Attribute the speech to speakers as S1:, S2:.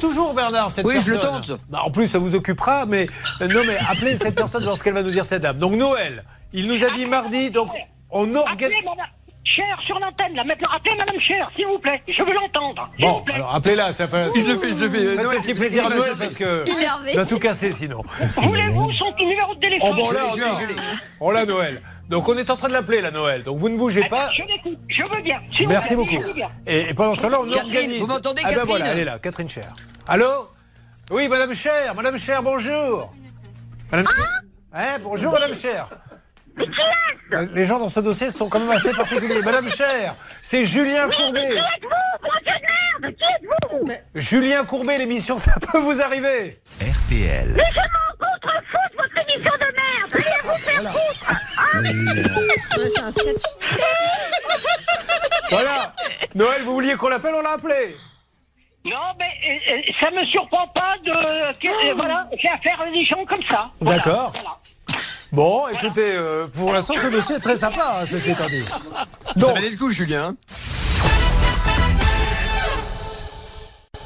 S1: toujours, Bernard, cette
S2: Oui, je
S1: personne.
S2: le tente.
S1: Bah, en plus, ça vous occupera, mais euh, non, mais appelez cette personne, genre ce qu'elle va nous dire, cette dame. Donc, Noël, il nous a dit mardi, donc on organise.
S3: Appelez madame Cher sur l'antenne, là, maintenant. Appelez madame Cher, s'il vous plaît. Je veux l'entendre. s'il vous
S1: Bon,
S3: plaît.
S1: alors appelez-la, ça fait.
S2: Je le fais, je le fais.
S1: Faites
S2: Noël,
S1: un petit plaisir à
S2: je-
S1: Noël
S2: je-
S1: parce que.
S4: Il est hervé.
S1: Il va tout casser sinon.
S3: Voulez-vous son numéro de téléphone
S1: Oh bon, là,
S2: je l'ai,
S1: on
S2: je l'ai.
S1: on l'a, Noël. Donc, on est en train de l'appeler, la Noël. Donc, vous ne bougez
S3: Attends,
S1: pas.
S3: Je l'écoute, je veux bien. s'il vous
S1: Merci
S3: plaît,
S1: beaucoup.
S3: je veux bien.
S1: Et, et pendant cela, on
S2: Catherine,
S1: organise.
S2: vous m'entendez,
S1: Ah ben
S2: Catherine
S1: voilà, elle est là, Catherine Cher. Allô Oui, Madame Cher, Madame Cher, bonjour. Madame Hein, bonjour, Madame Cher. Les gens dans ce dossier sont quand même assez particuliers. Madame Cher, c'est Julien Courbet. Julien Courbet, l'émission, ça peut vous arriver.
S5: RTL.
S4: C'est un sketch.
S1: Voilà. Noël, vous vouliez qu'on l'appelle, on l'a appelé.
S3: Non, mais euh, euh, ça me surprend pas de. que- euh, voilà, j'ai affaire à des gens comme ça.
S1: D'accord. Bon, écoutez, euh, pour l'instant, ce dossier est très sympa, hein, ceci étant dit.
S2: Ça
S1: Donc,
S2: valait le coup, Julien. hein.